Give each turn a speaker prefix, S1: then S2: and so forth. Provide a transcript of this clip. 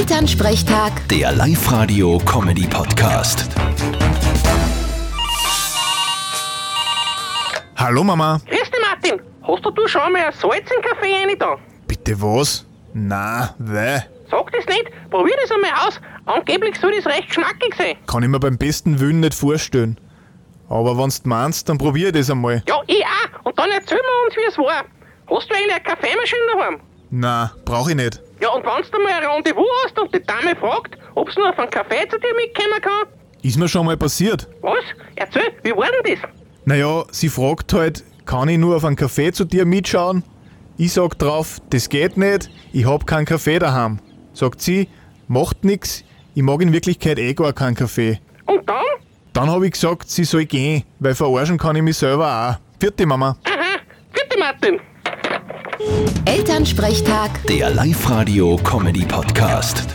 S1: Elternsprechtag,
S2: Der Live-Radio-Comedy-Podcast.
S3: Hallo Mama.
S4: Grüß dich, Martin. Hast du du schon mal ein Salz in den Kaffee rein da?
S3: Bitte was? Na, weh.
S4: Sag das nicht, probier das einmal aus. Angeblich soll das recht schmackig sein.
S3: Kann ich mir beim besten Willen nicht vorstellen. Aber wenn's meinst, dann probier das einmal.
S4: Ja, ich auch. Und dann erzählen wir uns, wie es war. Hast du eigentlich eine Kaffeemaschine daheim?
S3: Na, brauch ich nicht.
S4: Ja, und wenn du mal ein Rendezvous hast und die Dame fragt, ob sie noch auf einen Kaffee zu dir mitkommen kann?
S3: Ist mir schon mal passiert.
S4: Was? Erzähl, wie war denn das?
S3: Naja, sie fragt halt, kann ich nur auf einen Kaffee zu dir mitschauen? Ich sag drauf, das geht nicht, ich hab keinen Kaffee daheim. Sagt sie, macht nix, ich mag in Wirklichkeit eh gar keinen Kaffee.
S4: Und dann?
S3: Dann hab ich gesagt, sie soll gehen, weil verarschen kann ich mich selber auch. Vierte Mama.
S4: Aha, bitte, Martin.
S1: Elternsprechtag.
S2: Der Live-Radio-Comedy-Podcast.